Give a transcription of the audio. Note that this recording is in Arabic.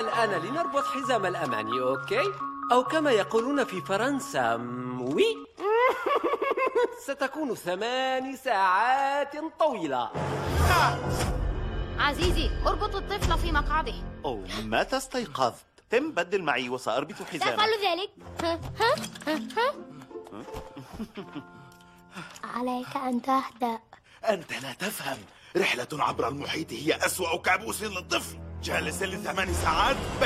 الآن لنربط حزام الأمان أوكي؟ أو كما يقولون في فرنسا م- وي ستكون ثمان ساعات طويلة عزيزي اربط الطفل في مقعده أو متى استيقظت تم بدل معي وسأربط حزامك أفعل ذلك ها ها ها ها عليك أن تهدأ أنت لا تفهم رحلة عبر المحيط هي أسوأ كابوس للطفل جالسا لثمان ساعات